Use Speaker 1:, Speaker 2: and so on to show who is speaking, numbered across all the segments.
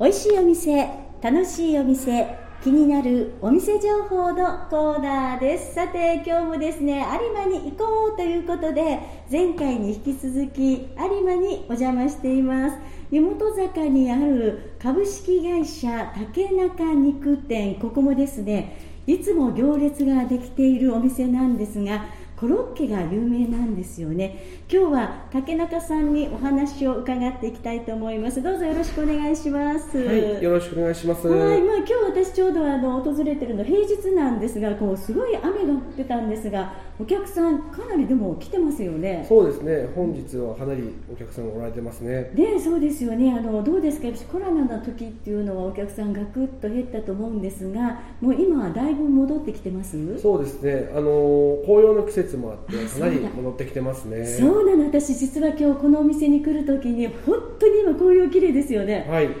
Speaker 1: 美味しいお店楽しいお店気になるお店情報のコーナーですさて今日もですね有馬に行こうということで前回に引き続き有馬にお邪魔しています湯本坂にある株式会社竹中肉店ここもですねいつも行列ができているお店なんですがコロッケが有名なんですよね今日は竹中さんにお話を伺っていきたいと思いますどうぞよろしくお願いします
Speaker 2: はい、よろしくお願いします。
Speaker 1: はい、まあ、今日私ちょうどあの訪れてるの平日なんですが、こうすごい雨が降ってたんですが、お客さんかなりでも来てますよね。
Speaker 2: そうですね、本日はかなりお客さんがおられてますね。
Speaker 1: で、そうですよね。あのどうですか、やっぱりコロナの時っていうのはお客さんがぐっと減ったと思うんですが、もう今はだいぶ戻ってきてます。
Speaker 2: そうですね、あのー紅葉の季節もあって、
Speaker 1: あ
Speaker 2: か
Speaker 1: そうだ
Speaker 2: なり戻ってきてますね。
Speaker 1: そうなの私実は今日このお店に来る時に本当に今紅葉綺麗ですよね、
Speaker 2: はい、
Speaker 1: ね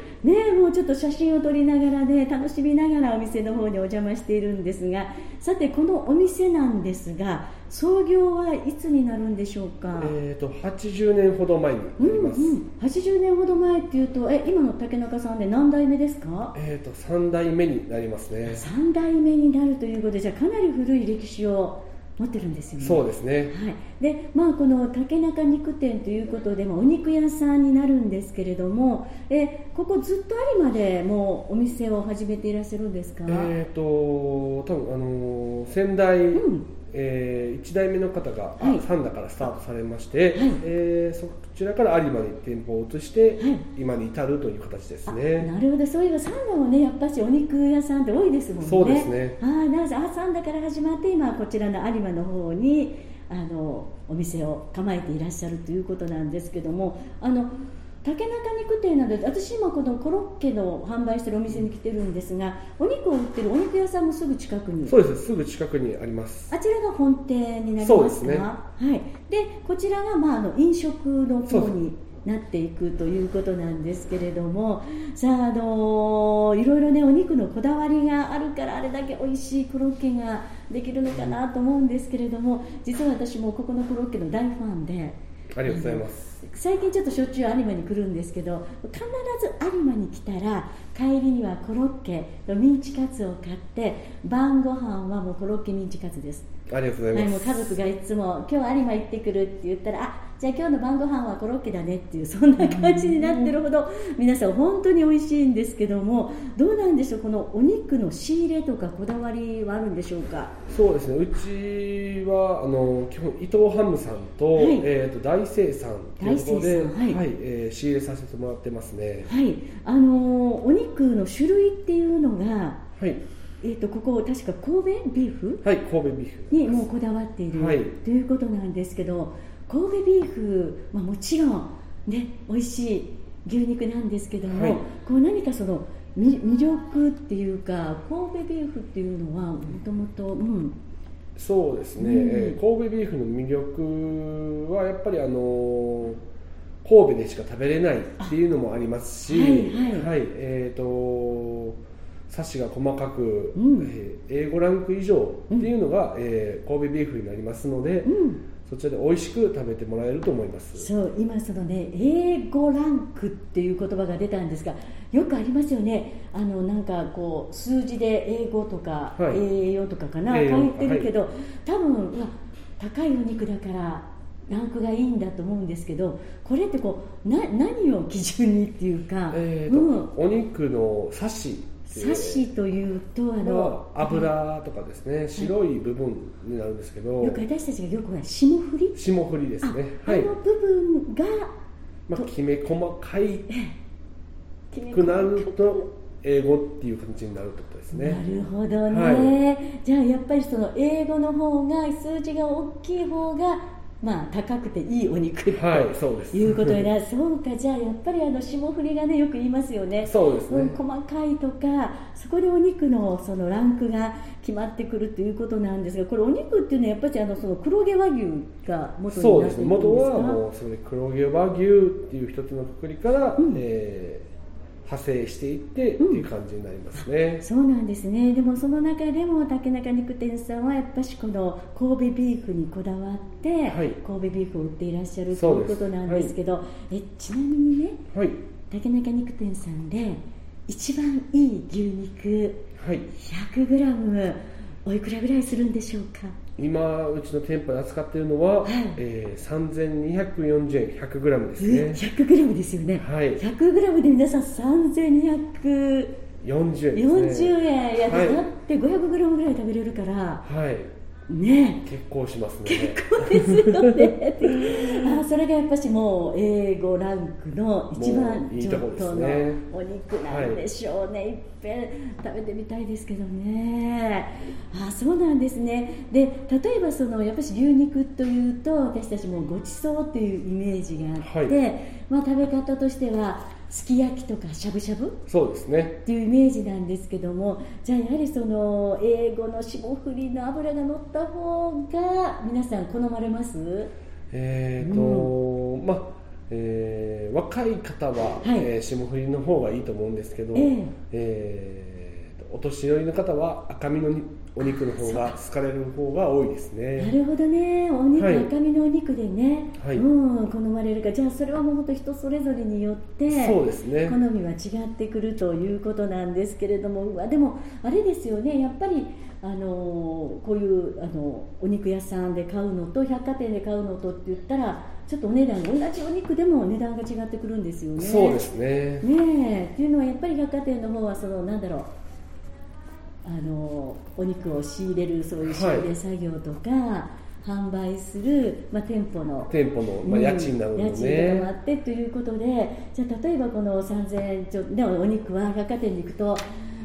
Speaker 1: えもうちょっと写真を撮りながらね楽しみながらお店の方にお邪魔しているんですがさてこのお店なんですが創業はいつになるんでしょうか、
Speaker 2: えっ、と、80年ほど前にな
Speaker 1: うん
Speaker 2: ります。
Speaker 1: うん、80年ほど前っていうとえ今の竹中さんで何代目ですか
Speaker 2: えっ、と、3代目になりますね。
Speaker 1: 3代目になるということでじゃあかなり古い歴史を持ってるんですよね
Speaker 2: そうですね。
Speaker 1: はい、でまあこの竹中肉店ということで、まあ、お肉屋さんになるんですけれどもえここずっと有馬でもうお店を始めていらっしゃるんですか、
Speaker 2: えっ、と、多分、あのー先代、
Speaker 1: うん
Speaker 2: え1代目の方が、あ
Speaker 1: はい
Speaker 2: 三3だからスタートされまして、
Speaker 1: はい
Speaker 2: えーそちらから有馬に店舗を移して、
Speaker 1: はい
Speaker 2: 今に至るという形です
Speaker 1: あ
Speaker 2: ね。
Speaker 1: なるほどそういえばサンダもねやっぱしお肉屋さんって多いですもんね
Speaker 2: そうですね
Speaker 1: ああなぜあサンダから始まって今こちらの有馬の方にあのお店を構えていらっしゃるということなんですけどもあの竹中肉店などで私今このコロッケの販売してるお店に来てるんですがお肉を売ってるお肉屋さんもすぐ近くに
Speaker 2: そうです、すぐ近くにあります。
Speaker 1: あちらが本店になりますか
Speaker 2: そうですね
Speaker 1: はい、でこちらが、まあ、あの飲食の
Speaker 2: そ
Speaker 1: 方
Speaker 2: うそう
Speaker 1: になっていくということなんですけれどもさあ、あのいろいろねお肉のこだわりがあるからあれだけ美味しいコロッケができるのかなと思うんですけれども実は私もここのコロッケの大ファンで。
Speaker 2: ありがとうございます。
Speaker 1: 最近ちょっとしょっちゅう有馬に来るんですけど必ず有馬に来たら帰りにはコロッケのミンチカツを買って晩ご飯はもうコロッケミンチカツです
Speaker 2: ありがとうござ
Speaker 1: はいい、も
Speaker 2: ま
Speaker 1: う
Speaker 2: す。
Speaker 1: 家族がいつも今日有馬行ってくるって言ったらあじゃあ今日の晩ご飯はコロッケだねっていうそんな感じになってるほど皆さん本当に美味しいんですけどもどうなんでしょうこのお肉の仕入れとかこだわりはあるんでしょうか
Speaker 2: そうですね、うちはあの基本伊藤ハムさんと,、
Speaker 1: はい
Speaker 2: えー、と大生さんということ
Speaker 1: 大
Speaker 2: で、
Speaker 1: 成さんはい
Speaker 2: えー仕入れさせてもらってますね。
Speaker 1: はいあのーお肉の種類っていうのが、
Speaker 2: はい、
Speaker 1: えー、とここ確か神戸ビーフ
Speaker 2: はい、神戸ビーフ
Speaker 1: にもうこだわっている、
Speaker 2: はい
Speaker 1: ということなんですけど神戸ビーフはもちろん、ね、美味しい牛肉なんですけども、
Speaker 2: はい
Speaker 1: こう何かそのみ魅力っていうか神戸ビーフっていうのはもともとうん
Speaker 2: そうですね、
Speaker 1: うん
Speaker 2: えー神戸ビーフの魅力はやっぱりあの神戸でしか食べれないっていうのもありますし、
Speaker 1: はいはい
Speaker 2: えっ、とサシが細かく、
Speaker 1: うん
Speaker 2: えー、A5 ランク以上っていうのが、えー神戸ビーフになりますので、
Speaker 1: うん
Speaker 2: そちらで美味しく食べてもらえると思います。
Speaker 1: そう今そのね英語ランクっていう言葉が出たんですがよくありますよねあのなんかこう数字で英語とか、
Speaker 2: はい
Speaker 1: 栄養とかかな
Speaker 2: 栄養
Speaker 1: 書いてるけど、多分うわ高いお肉だからランクがいいんだと思うんですけどこれってこうな何を基準にっていうか、
Speaker 2: えーと
Speaker 1: うん、
Speaker 2: お肉のサシっていう
Speaker 1: サシというとあの
Speaker 2: は油とかですね、白い部分になるんですけど、
Speaker 1: よく私たちがよくほら霜降り
Speaker 2: 霜降りですね。
Speaker 1: ああ
Speaker 2: はい
Speaker 1: の部分が
Speaker 2: まあ、きめ細かい
Speaker 1: 決め込
Speaker 2: く
Speaker 1: ま
Speaker 2: な
Speaker 1: れて
Speaker 2: ると英語っていう感じになるってことです
Speaker 1: な
Speaker 2: ね。
Speaker 1: るほどね、
Speaker 2: は
Speaker 1: じゃあやっぱりその英語の方が数字が大きい方がまあ高くていいお肉と
Speaker 2: はい、そうです。
Speaker 1: いうことになるそうかじゃあやっぱりあの霜降りがねよく言いますよね
Speaker 2: そうです
Speaker 1: うん
Speaker 2: ね。
Speaker 1: 細かいとかそこでお肉のそのランクが決まってくるということなんですがこれお肉っていうのはやっぱりあのその黒毛和牛が元
Speaker 2: そ
Speaker 1: に
Speaker 2: う
Speaker 1: なってくるんで
Speaker 2: ですね。
Speaker 1: すか
Speaker 2: 元はもうそれ黒毛和牛っていう一つのくくりから、
Speaker 1: うん
Speaker 2: えー派生していってっていう感じになりますね。
Speaker 1: そうなんですねでもその中でも竹中肉店さんはやっぱしこの神戸ビーフにこだわって、
Speaker 2: はい
Speaker 1: 神戸ビーフを売っていらっしゃる
Speaker 2: そ
Speaker 1: とい
Speaker 2: うで
Speaker 1: う
Speaker 2: す
Speaker 1: ことなんですけどえちなみにね
Speaker 2: はい。
Speaker 1: 竹中肉店さんで一番いい牛肉
Speaker 2: はい、
Speaker 1: 100g おいくらぐらいするんでしょうか
Speaker 2: 今うちの店舗で扱っているのは、
Speaker 1: はい
Speaker 2: えー、3240円 100g です
Speaker 1: え
Speaker 2: ね、
Speaker 1: 100g ですよね、
Speaker 2: はい
Speaker 1: 100g で皆さん3240円やっ
Speaker 2: 40円ですね
Speaker 1: て、
Speaker 2: はい
Speaker 1: だって 500g ぐらい食べれるから
Speaker 2: はい
Speaker 1: ね
Speaker 2: 結構しますね
Speaker 1: そうですよねあそれがやっぱしもう A5 ランクの一番
Speaker 2: もういい
Speaker 1: 上
Speaker 2: とこです
Speaker 1: 等の
Speaker 2: ね
Speaker 1: お肉なんでしょうね、い、っぺん食べてみたいですけどねあそうなんですねで例えばそのやっぱし牛肉というと私たちもごちそうというイメージがあって、
Speaker 2: は
Speaker 1: まあ、食べ方としてはすき焼きとかしゃぶしゃぶ
Speaker 2: そうですね
Speaker 1: っていうイメージなんですけどもじゃあやはりその英語の霜降りの油が乗った方が皆さん好まれます
Speaker 2: えーと、まあ、えー若い方は、
Speaker 1: はい
Speaker 2: えー霜降りの方がいいと思うんですけど、
Speaker 1: ええ
Speaker 2: えーとお年寄りの方は赤身のにお肉の方が好かれる方が多いです
Speaker 1: な
Speaker 2: ね
Speaker 1: るほどねお肉、
Speaker 2: はい
Speaker 1: 赤身のお肉でね、
Speaker 2: はい
Speaker 1: うん、好まれるかじゃあそれはもう本当人それぞれによって
Speaker 2: そうですね
Speaker 1: 好みは違ってくるということなんですけれどもうわでもあれですよねやっぱりあのこういうあのお肉屋さんで買うのと百貨店で買うのとって言ったらちょっとお値段同じお肉でも値段が違ってくるんですよね
Speaker 2: そうですね
Speaker 1: ねえっていうのはやっぱり百貨店の方はそのなんだろうあのお肉を仕入れるそういう仕入れ作業とか、販売する、まあ、店舗の
Speaker 2: 店舗の、まあ、
Speaker 1: うん
Speaker 2: 家賃など
Speaker 1: 家
Speaker 2: の
Speaker 1: 賃とかもあ
Speaker 2: ね、
Speaker 1: ってということでじゃあ例えばこの3000円ちょでもお肉は百貨店に行くと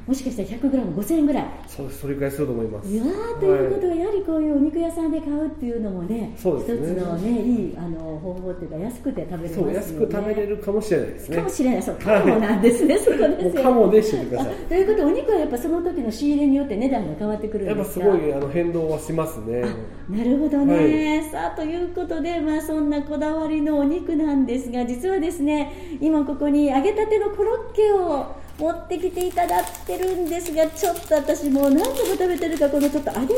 Speaker 1: もしかしたら 100g5000 円ぐらい。
Speaker 2: そうそれぐらいすると思います
Speaker 1: いやーということは、やはりこういうお肉屋さんで買うっていうのもね、
Speaker 2: そうですね
Speaker 1: 一つの、ね、いいあの方法っていうか、安くて食べれますよ
Speaker 2: そう
Speaker 1: ね。
Speaker 2: 安く食べれるかもしれないですね
Speaker 1: かもしれない、そう、かもなんですね、そこで
Speaker 2: もう
Speaker 1: す
Speaker 2: か
Speaker 1: よ。
Speaker 2: もでしてください
Speaker 1: あということは、お肉はやっぱその時の仕入れによって値段が変わってくる
Speaker 2: やっ
Speaker 1: んで
Speaker 2: ぱ
Speaker 1: す
Speaker 2: す
Speaker 1: か
Speaker 2: ごいあの変動はしますね
Speaker 1: なるほどね、さあということで、まあ、そんなこだわりのお肉なんですが実はですね今ここに揚げたてのコロッケを持ってきていただってるんですがちょっと私もう何度も食べてるかこのちょっと揚げたてをね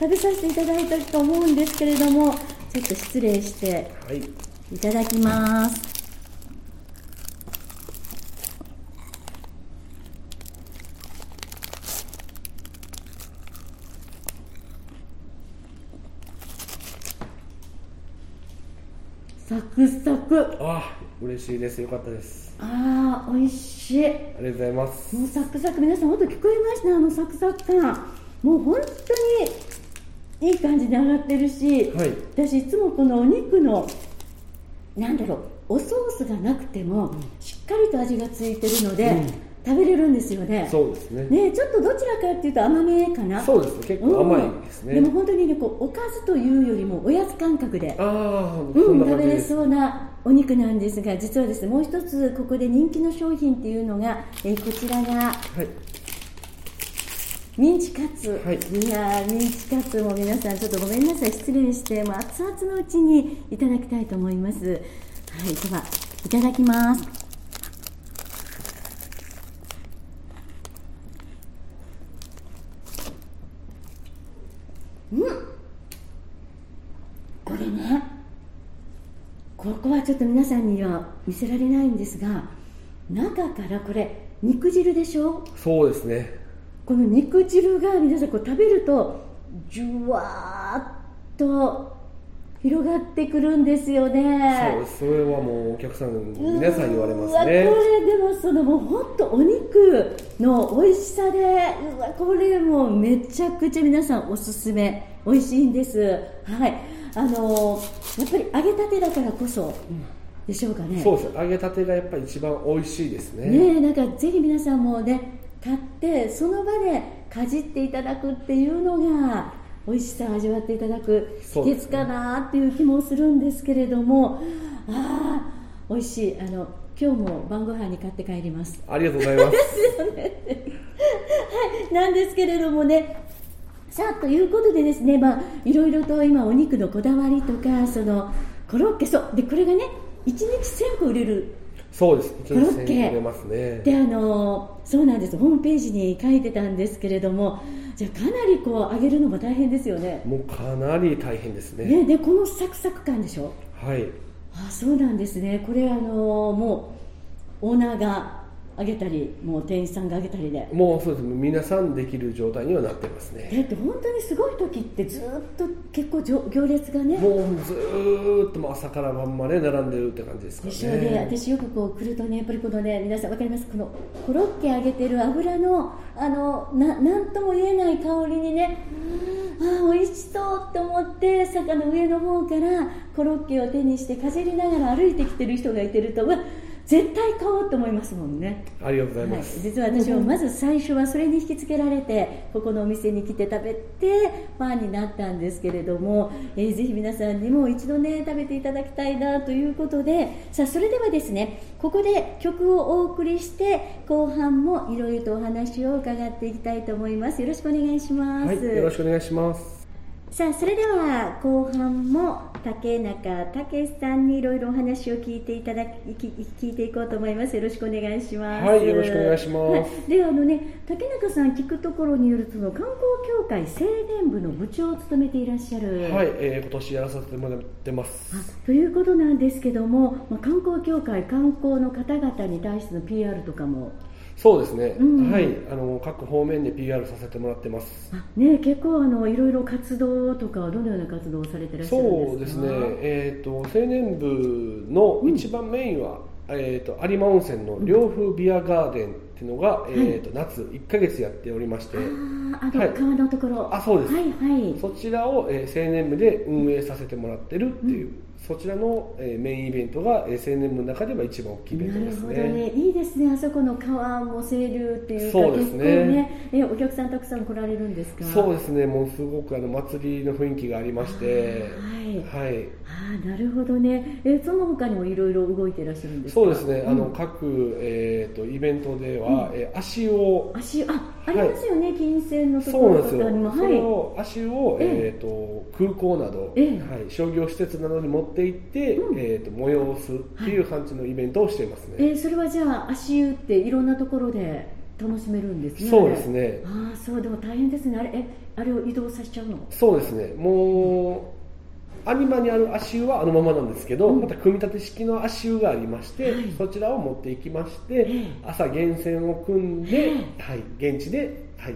Speaker 1: 食べさせていただいたと思うんですけれどもちょっと失礼して
Speaker 2: はい
Speaker 1: いただきます。サクサク。
Speaker 2: ああ嬉しいですよかったです
Speaker 1: ああ、美味しい。
Speaker 2: ありがとうございます
Speaker 1: もうサクサク、皆さん、本当聞こえました、あのサクサク感。もう本当にいい感じで揚がってるし、
Speaker 2: はい
Speaker 1: 私いつもこのお肉のなんだろうおソースがなくてもしっかりと味がついてるので、
Speaker 2: うん
Speaker 1: 食べれるんですよね
Speaker 2: そうですね
Speaker 1: ねちょっとどちらかっていうと甘めかな
Speaker 2: そうですね結構甘いですね、
Speaker 1: うんでも本当にねこうおかずというよりもおやつ感覚で
Speaker 2: ああそ
Speaker 1: うんん、
Speaker 2: な
Speaker 1: 食
Speaker 2: 感
Speaker 1: べ
Speaker 2: じ
Speaker 1: れ
Speaker 2: です、
Speaker 1: そうなお肉なんですが実はですねもう一つここで人気の商品っていうのが、えーこちらが
Speaker 2: はい
Speaker 1: ミンチカツ、
Speaker 2: はい
Speaker 1: い、やーミンチカツも皆さんちょっとごめんなさい失礼してもう熱々のうちにいただきたいと思いますはいではいただきますうんこれねここはちょっと皆さんには見せられないんですが中からこれ肉汁でしょ
Speaker 2: そうですね
Speaker 1: この肉汁が皆さんこう食べるとじゅわーっと広がってくるんですよ
Speaker 2: そう
Speaker 1: ね
Speaker 2: ですそれはもうお客さん皆さん言われま
Speaker 1: うわ
Speaker 2: すね
Speaker 1: これでもそのもう本当お肉の美味しさでうわこれもうめちゃくちゃ皆さんおすすめ美味しいんですはいあのやっぱり揚げたてだからこそでしょうかね
Speaker 2: そうです揚げたてがやっぱり一番美味しいですね
Speaker 1: ねえなんかぜひ皆さんもね買ってその場でかじっていただくっていうのが美味しさを味わっていただく秘
Speaker 2: そうです
Speaker 1: 訣
Speaker 2: ね
Speaker 1: かなっていう気もするんですけれども、ああ美味しいあの今日も晩ご飯に買って帰ります
Speaker 2: ありがとうございます
Speaker 1: なんですけれどもね。さあということでですね、まあ、いろいろと今お肉のこだわりとかそのコロッケそうでこれがね1日1000個売れる
Speaker 2: そうですちょっと1000
Speaker 1: コロッケ
Speaker 2: 円くれますね
Speaker 1: であのそうなんですホームページに書いてたんですけれどもじゃあかなりこう揚げるのも大変ですよね
Speaker 2: もうかなり大変ですね
Speaker 1: ねでこのサクサク感でしょ
Speaker 2: はい
Speaker 1: あそうなんですねこれあのもうオーナーがあげたりもう店員さんがあげたりで
Speaker 2: もうそうです皆さんできる状態にはなってますね
Speaker 1: だって本当にすごい時ってずっと結構じょ行列がね
Speaker 2: もうずーっともう朝から晩まで並んでるって感じですか
Speaker 1: で
Speaker 2: ね
Speaker 1: しょうね私よくこう来るとねやっぱりこのね皆さんわかりますこのコロッケ揚げてる油のあのななんとも言えない香りにねああ美味しそうって思って坂の上の方からコロッケを手にしてかじりながら歩いてきてる人がいてるとうわ絶対買おうと思いますもんね
Speaker 2: ありがとうござ
Speaker 1: は
Speaker 2: いま
Speaker 1: い
Speaker 2: す、、
Speaker 1: 実は私もまず最初はそれに引きつけられてここのお店に来て食べてファンになったんですけれども、えーぜひ皆さんにも一度ね食べていただきたいなということでさあそれではですねここで曲をお送りして後半もいろいろとお話を伺っていきたいと思いますよろしくお願いします、
Speaker 2: はい、よろしくお願いします
Speaker 1: さあそれでは後半も竹中武さんにいろいろお話を聞いていただき聞聞いていこうと思いますよろしくお願いします
Speaker 2: はいよろしくお願いします
Speaker 1: はいであのね竹中さん聞くところによるとその観光協会青年部の部長を務めていらっしゃる
Speaker 2: はい、えー今年やらさせてもらってます
Speaker 1: あということなんですけども、まあ、観光協会観光の方々に対しての PR とかも
Speaker 2: そうですね、
Speaker 1: うん
Speaker 2: はいあの各方面で PR させてもらってます
Speaker 1: あね結構あのいろいろ活動とかはどのような活動をされてらっしゃる
Speaker 2: そう
Speaker 1: で
Speaker 2: んですす
Speaker 1: か
Speaker 2: ね、えー、と青年部の一番メインは、えー、と有馬温泉の両風ビアガーデンっていうのが、えー、と夏1ヶ月やっておりまして、
Speaker 1: あーあの、
Speaker 2: はい
Speaker 1: 川のところ
Speaker 2: あそうです
Speaker 1: はいはい
Speaker 2: そちらを、えー青年部で運営させてもらってるっていう、そちらの、えーメインイベントが、えー青年部の中では一番大きいイベント
Speaker 1: な
Speaker 2: で
Speaker 1: る
Speaker 2: す
Speaker 1: ほど
Speaker 2: ね
Speaker 1: ね、いいですね、あそこの川も清流っていうか、
Speaker 2: そうです
Speaker 1: 結構
Speaker 2: ね
Speaker 1: ねえ、お客さんたくさん来られるんですか。
Speaker 2: そうですねもうすごくあの祭りの雰囲気がありまして
Speaker 1: は
Speaker 2: はい
Speaker 1: ああ、なるほどね、えその他にもいろいろ動いていらっしゃるんですか。
Speaker 2: そうですね、あの
Speaker 1: うん
Speaker 2: 各、えー、とイベントでは、えー足を
Speaker 1: 足、あ、ありますよね、金銭のとこ
Speaker 2: そう
Speaker 1: ろ
Speaker 2: なんです
Speaker 1: と
Speaker 2: よ、
Speaker 1: かにも、
Speaker 2: そ
Speaker 1: は
Speaker 2: れ
Speaker 1: い。
Speaker 2: を足を、
Speaker 1: え
Speaker 2: えー、と空港など、
Speaker 1: ええ
Speaker 2: はい、商業施設などに持って行って、
Speaker 1: うん
Speaker 2: えー、と催すっていう感じのイベントをしていますね、
Speaker 1: えそれはじゃあ、足湯っていろんなところで楽しめるんですね。
Speaker 2: そうです。ね
Speaker 1: ああ、そう、でも大変ですね、あれ、え、あれを移動させちゃうの。
Speaker 2: そうですねもうアニマにある足湯はあのままなんですけど、
Speaker 1: うん
Speaker 2: また組み立て式の足湯がありまして、
Speaker 1: はい
Speaker 2: そちらを持っていきまして、
Speaker 1: え
Speaker 2: 朝源泉を組んで、
Speaker 1: え
Speaker 2: はい、現地で、はい、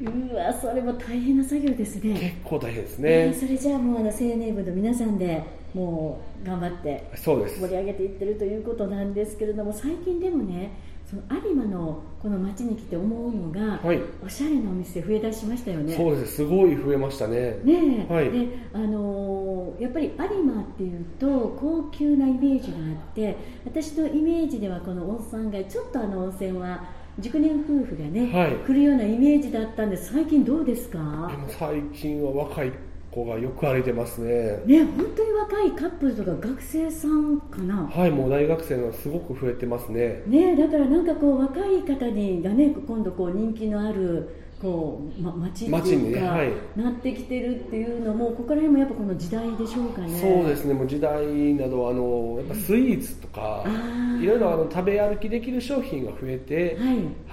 Speaker 1: うわ、それも大変な作業ですね。
Speaker 2: 結構大変です
Speaker 1: え
Speaker 2: ね
Speaker 1: ー、それじゃあもうあの青年部の皆さんでもう頑張って
Speaker 2: そうです
Speaker 1: 盛り上げていってるということなんですけれども最近でもねその有馬のこの町に来て思うのが、
Speaker 2: はい
Speaker 1: おしゃれなお店増えだしましたよね。
Speaker 2: そうですすごい増えましたね
Speaker 1: ねえ
Speaker 2: はい
Speaker 1: であのーやっぱり有馬っていうと高級なイメージがあって私のイメージではこの温泉街ちょっとあの温泉は熟年夫婦がね、
Speaker 2: はい
Speaker 1: 来るようなイメージだったんで最近どうですか
Speaker 2: でも最近は若い子がよく歩いてますね
Speaker 1: ね、本当に若いカップルとか学生さんかな、
Speaker 2: はいもう大学生のすごく増えてますね
Speaker 1: ね、だからなんかこう若い方にがね今度こう人気のあるこう、ま、街って
Speaker 2: 街
Speaker 1: いう
Speaker 2: に
Speaker 1: か、
Speaker 2: ねはい
Speaker 1: なってきてるっていうのもここら辺もやっぱこの時代でしょうかね
Speaker 2: そうですねもう時代などあのやっぱスイーツとか
Speaker 1: あー
Speaker 2: いろいろあの食べ歩きできる商品が増えて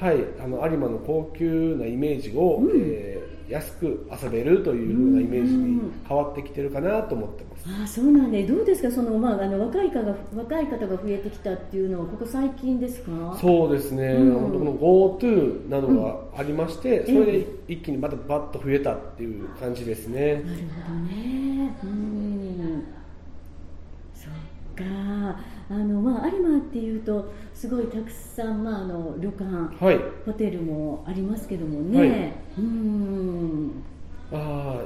Speaker 1: はい
Speaker 2: はいあの有馬の高級なイメージを、
Speaker 1: うん
Speaker 2: えー安く遊べるというふうなイメージに変わってきてるかなと思ってます
Speaker 1: ああそうなんで、どうですかその、まあ、あの若い方が若い方が増えてきたっていうのはここ最近ですか
Speaker 2: そうですね、
Speaker 1: うん
Speaker 2: 本当この GoTo などがありまして、
Speaker 1: うん
Speaker 2: それで一気にまたバッと増えたっていう感じですね、
Speaker 1: なるほどね。うん。そっか。あのまあ有馬っていうとすごいたくさんまああの旅館、
Speaker 2: はい
Speaker 1: ホテルもありますけどもね。
Speaker 2: はい
Speaker 1: うん。
Speaker 2: あ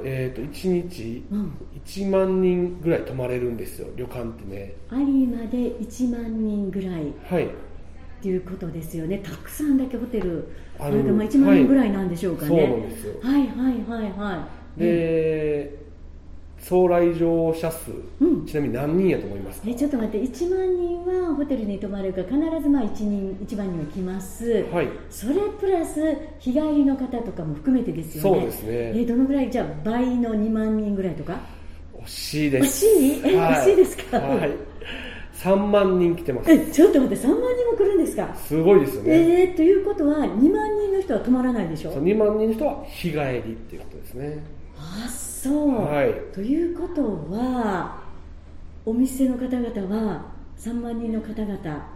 Speaker 2: ーえー、と1日
Speaker 1: うん。
Speaker 2: 1万人ぐらい泊まれるんですよ旅館ってね
Speaker 1: 有馬で1万人ぐらいっ
Speaker 2: はい
Speaker 1: ていうことですよね。たくさんだけホテル。
Speaker 2: あ
Speaker 1: あ
Speaker 2: る
Speaker 1: れでまあ1万人ぐらいなんでしょうか
Speaker 2: そうなん
Speaker 1: ね。
Speaker 2: ですよ
Speaker 1: はい、はいはいはい。
Speaker 2: で、総来場者数
Speaker 1: うん。
Speaker 2: ちなみに何人やと思いますか
Speaker 1: えちょっと待って1万人はホテルに泊まるから必ずまあ 1, 人1万人は来ます、
Speaker 2: はい
Speaker 1: それプラス日帰りの方とかも含めてですよね
Speaker 2: そうです
Speaker 1: え
Speaker 2: ね
Speaker 1: どのぐらいじゃあ倍の2万人ぐらいとか
Speaker 2: 惜しいで
Speaker 1: 惜
Speaker 2: す
Speaker 1: しいえ、
Speaker 2: は
Speaker 1: 惜しいですか、
Speaker 2: はい3万人来てます
Speaker 1: えちょっと待って3万人も来るんですか、
Speaker 2: すごいですよね、
Speaker 1: えーということは2万人の人は泊まらないでしょ
Speaker 2: そう2万人の人は日帰りっていうことですね
Speaker 1: あそう、
Speaker 2: はい
Speaker 1: ということはお店の方々は3万人の方々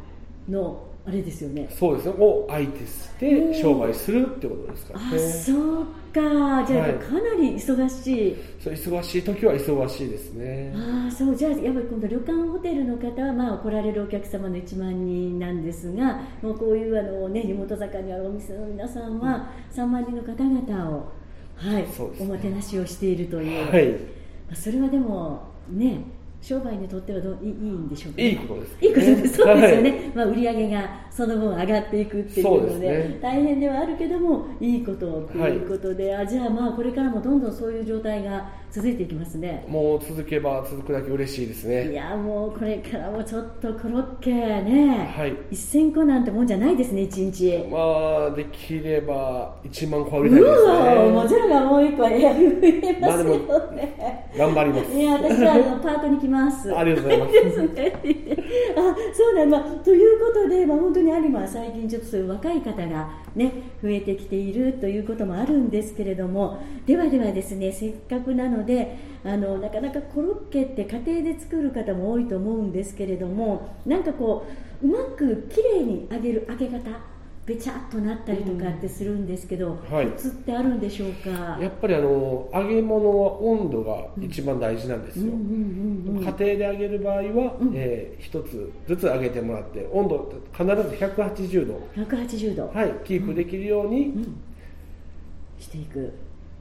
Speaker 1: のあれですよね
Speaker 2: そうですねを相手して商売するってことですから
Speaker 1: あ
Speaker 2: ね
Speaker 1: そうかじゃあ
Speaker 2: はい
Speaker 1: かなり忙しい、
Speaker 2: そう忙しい時は忙しいですね
Speaker 1: ああそうじゃあやっぱり今度旅館ホテルの方は、まあ、来られるお客様の1万人なんですがもうこういうあの、ね、地元坂にあるお店の皆さんは3万人の方々を、はい
Speaker 2: そうです
Speaker 1: お
Speaker 2: ね
Speaker 1: もてなしをしているという、
Speaker 2: はい
Speaker 1: まあそれはでもね商売にとってはどういいいいんでしょうかね、
Speaker 2: いいことです、
Speaker 1: いいことです、そうですよね、
Speaker 2: はい
Speaker 1: まあ、売り上げがその分上がっていくっていう
Speaker 2: そうで
Speaker 1: の
Speaker 2: す
Speaker 1: で、
Speaker 2: ね
Speaker 1: 大変ではあるけども、いいことっていうことで、あじゃあ、まあこれからもどんどんそういう状態が続いていきますね。
Speaker 2: もう続けば続くだけ嬉しいです
Speaker 1: い
Speaker 2: ね
Speaker 1: やもうこれからもちょっとコロッケね、
Speaker 2: はい
Speaker 1: 1000個なんてもんじゃないですね、1日。
Speaker 2: まあできれば1万個は売りたいうです
Speaker 1: わ、も
Speaker 2: ね
Speaker 1: ちろんがもう1個は選び入れま
Speaker 2: ますあで
Speaker 1: よ
Speaker 2: も
Speaker 1: ね。
Speaker 2: 頑張ります
Speaker 1: いや私はあのパートに来ます。
Speaker 2: ありがとうございます
Speaker 1: ですね。あ、そうなんだ。ということで、まあ、本当に有馬は最近ちょっとそういう若い方がね、増えてきているということもあるんですけれども、ではではですね、せっかくなので、あの、なかなかコロッケって家庭で作る方も多いと思うんですけれども、なんかこう、うまく綺麗に揚げる揚げ方、べちゃっとなったりとかってするんですけど、
Speaker 2: はい
Speaker 1: コツってあるんでしょうか。
Speaker 2: やっぱりあの揚げ物は温度が一番大事なんです
Speaker 1: うんう
Speaker 2: よ、
Speaker 1: んうんうん
Speaker 2: 家庭で揚げる場合は、
Speaker 1: うん
Speaker 2: えー一つずつ揚げてもらって温度必ず180度、
Speaker 1: 180度、
Speaker 2: はい、キープできるように、
Speaker 1: うん、していく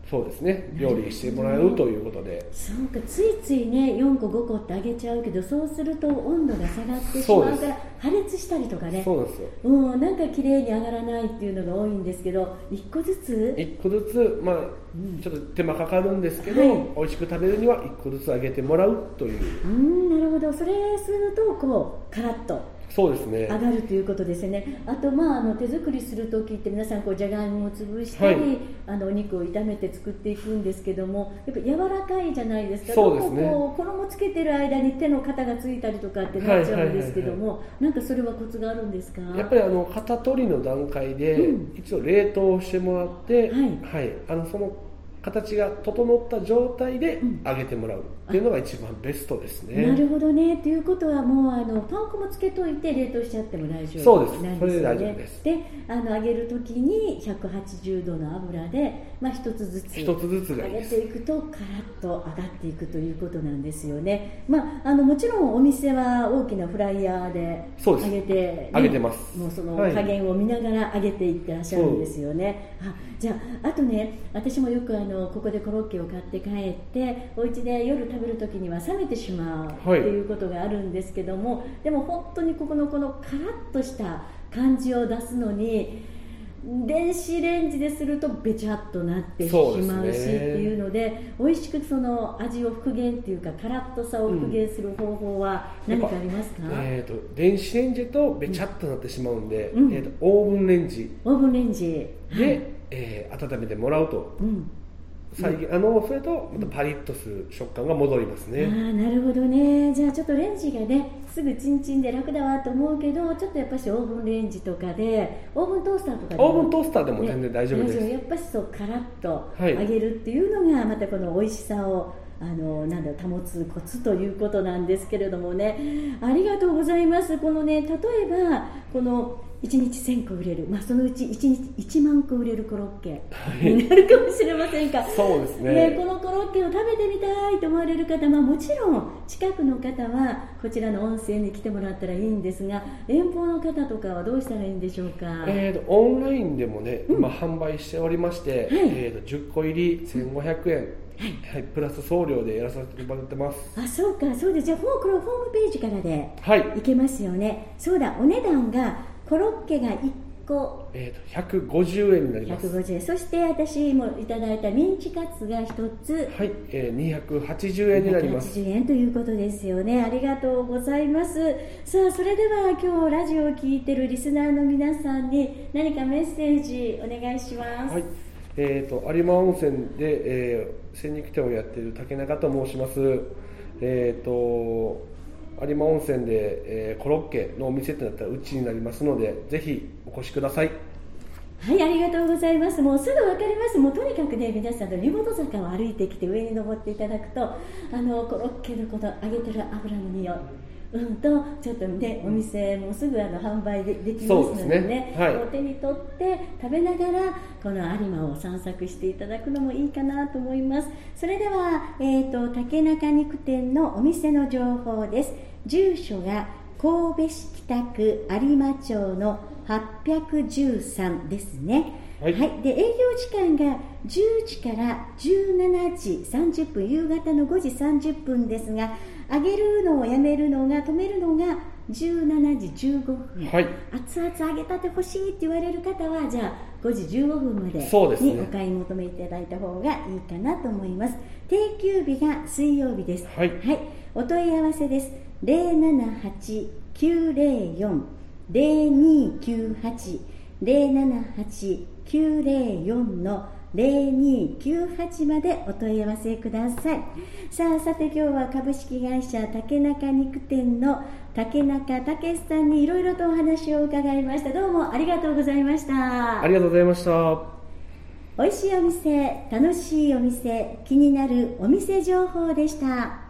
Speaker 2: そうですね料理してもらうということで、
Speaker 1: そうかついついね4個5個ってあげちゃうけどそうすると温度が下がってし
Speaker 2: そう
Speaker 1: まう
Speaker 2: です
Speaker 1: から破裂したりとかね
Speaker 2: そうなんですよ
Speaker 1: うん、なんか綺麗に上がらないっていうのが多いんですけど1個ずつ
Speaker 2: 1個ずつ、まあ、ちょっと手間かかるんですけど、
Speaker 1: はい
Speaker 2: 美味しく食べるには1個ずつ揚げてもらうという
Speaker 1: うんなるほどそれするとこうカラッと
Speaker 2: そうですね
Speaker 1: 上がるということですよねあと、まあ、あの手作りするときって皆さんこうじゃがいもを潰したり、
Speaker 2: はい
Speaker 1: あのお肉を炒めて作っていくんですけどもやっぱ柔らかいじゃないですか
Speaker 2: そうですね
Speaker 1: どうもこう衣つけてる間に手の型がついたりとかってなっちゃうんですけども、なんかそれはコツがあるんですか
Speaker 2: やっぱりあの型取りの段階で、
Speaker 1: う
Speaker 2: 一応冷凍してもらって、
Speaker 1: は
Speaker 2: はいあのその形が整った状態で
Speaker 1: うん
Speaker 2: 揚げてもらうっていうのが一番ベストですね、
Speaker 1: なるほどねということはもうあのパン粉もつけといて冷凍しちゃっても大丈夫
Speaker 2: そうです
Speaker 1: なん
Speaker 2: それ
Speaker 1: です
Speaker 2: で
Speaker 1: よ
Speaker 2: 大丈
Speaker 1: ね
Speaker 2: 夫です
Speaker 1: であの揚げるときに180度の油で、まあ、一つずつ
Speaker 2: 一つずつがい
Speaker 1: 上
Speaker 2: いで
Speaker 1: げ
Speaker 2: す
Speaker 1: ていくとカラッと上がっていくということなんですよね、まあ、あのもちろんお店は大きなフライヤーで
Speaker 2: そうです
Speaker 1: 揚げて、ね
Speaker 2: 揚げてます
Speaker 1: もうその
Speaker 2: はい
Speaker 1: 加減を見ながら揚げていってらっしゃるんですよね、あじゃああとね私もよくあのここでコロッケを買って帰ってお家で夜食べる時には冷めてしまうって
Speaker 2: はい
Speaker 1: いうことがあるんですけども、でも本当にここのこのカラッとした感じを出すのに電子レンジでするとべちゃっとなってし
Speaker 2: そうですね
Speaker 1: まうしっていうので美味しくその味を復元っていうかカラッとさを復元する方法は何かありますか、
Speaker 2: えー、と電子レンジとべちゃっとなってしまうんで、
Speaker 1: うん
Speaker 2: えー、とオーブンレンジ
Speaker 1: オーブンレンジ
Speaker 2: で、えー温めてもらうと
Speaker 1: うん
Speaker 2: 再現あのそれとまたパリッとする食感が戻ります
Speaker 1: あ
Speaker 2: ね、
Speaker 1: あなるほどねじゃあちょっとレンジがねすぐチンチンで楽だわと思うけどちょっとやっぱしオーブンレンジとかでオーブントースターとかでも
Speaker 2: オーブントースターでも全然大丈夫です、
Speaker 1: ねやっぱりそうカラッと
Speaker 2: はい
Speaker 1: 揚げるっていうのがまたこの美味しさをあのなんだろう保つコツということなんですけれどもねありがとうございますこのね例えばこの1日1000個売れる、まあ、そのうち1日1万個売れるコロッケになるかもしれませんか
Speaker 2: そうですね
Speaker 1: ねこのコロッケを食べてみたいと思われる方はもちろん近くの方はこちらの温泉に来てもらったらいいんですが遠方の方とかはどうしたらいいんでしょうか、
Speaker 2: えー、とオンラインでもね、今販売しておりまして、えー、と10個入り1500円、はい、プラス送料でやらさせてもらってます
Speaker 1: あそうかそうですじゃあほうこれホームページからで
Speaker 2: はい、
Speaker 1: いけますよねそうだお値段がコロッケが1個
Speaker 2: えー、と150円になります
Speaker 1: 150円そして私もいただいたミンチカツが1つ
Speaker 2: はい、えー、280円になります
Speaker 1: 280円ということですよねありがとうございますさあそれでは今日ラジオを聞いてるリスナーの皆さんに何かメッセージお願いします、
Speaker 2: はいえー、と有馬温泉で、えー、精肉店をやっている竹中と申しますえっ、と有馬温泉で、えーコロッケのお店ってなったらうちになりますのでぜひお越しください
Speaker 1: はい、ありがとうございます。もうすぐわかります。もうとにかくね、皆さんの湯本坂を歩いてきて上に登っていただくと、あのコロッケのこの揚げてる油の匂い、うんとちょっとねお店もすぐあの販売でできます
Speaker 2: そう
Speaker 1: の
Speaker 2: で
Speaker 1: ですね
Speaker 2: ねはい
Speaker 1: お手に取って食べながらこの有馬を散策していただくのもいいかなと思いますそれでは、えー、と竹中肉店のお店の情報です住所が神戸市北区有馬町の813ですね
Speaker 2: はい
Speaker 1: で営業時間が10時から17時30分夕方の5時30分ですが揚げるのをやめるのが止めるのが17時15分、
Speaker 2: はい
Speaker 1: 熱々揚げたて欲しいって言われる方はじゃあ5時15分まで
Speaker 2: そうですね
Speaker 1: にお買い求めいただいた方がいいかなと思います定休日が水曜日です
Speaker 2: はい
Speaker 1: お問い合わせです078-904-0298 078-904の0298までお問い合わせくださいさあさて今日は株式会社竹中肉店の竹中武さんにいろいろとお話を伺いましたどうもありがとうございました
Speaker 2: ありがとうございました。
Speaker 1: 美味しいお店楽しいお店気になるお店情報でした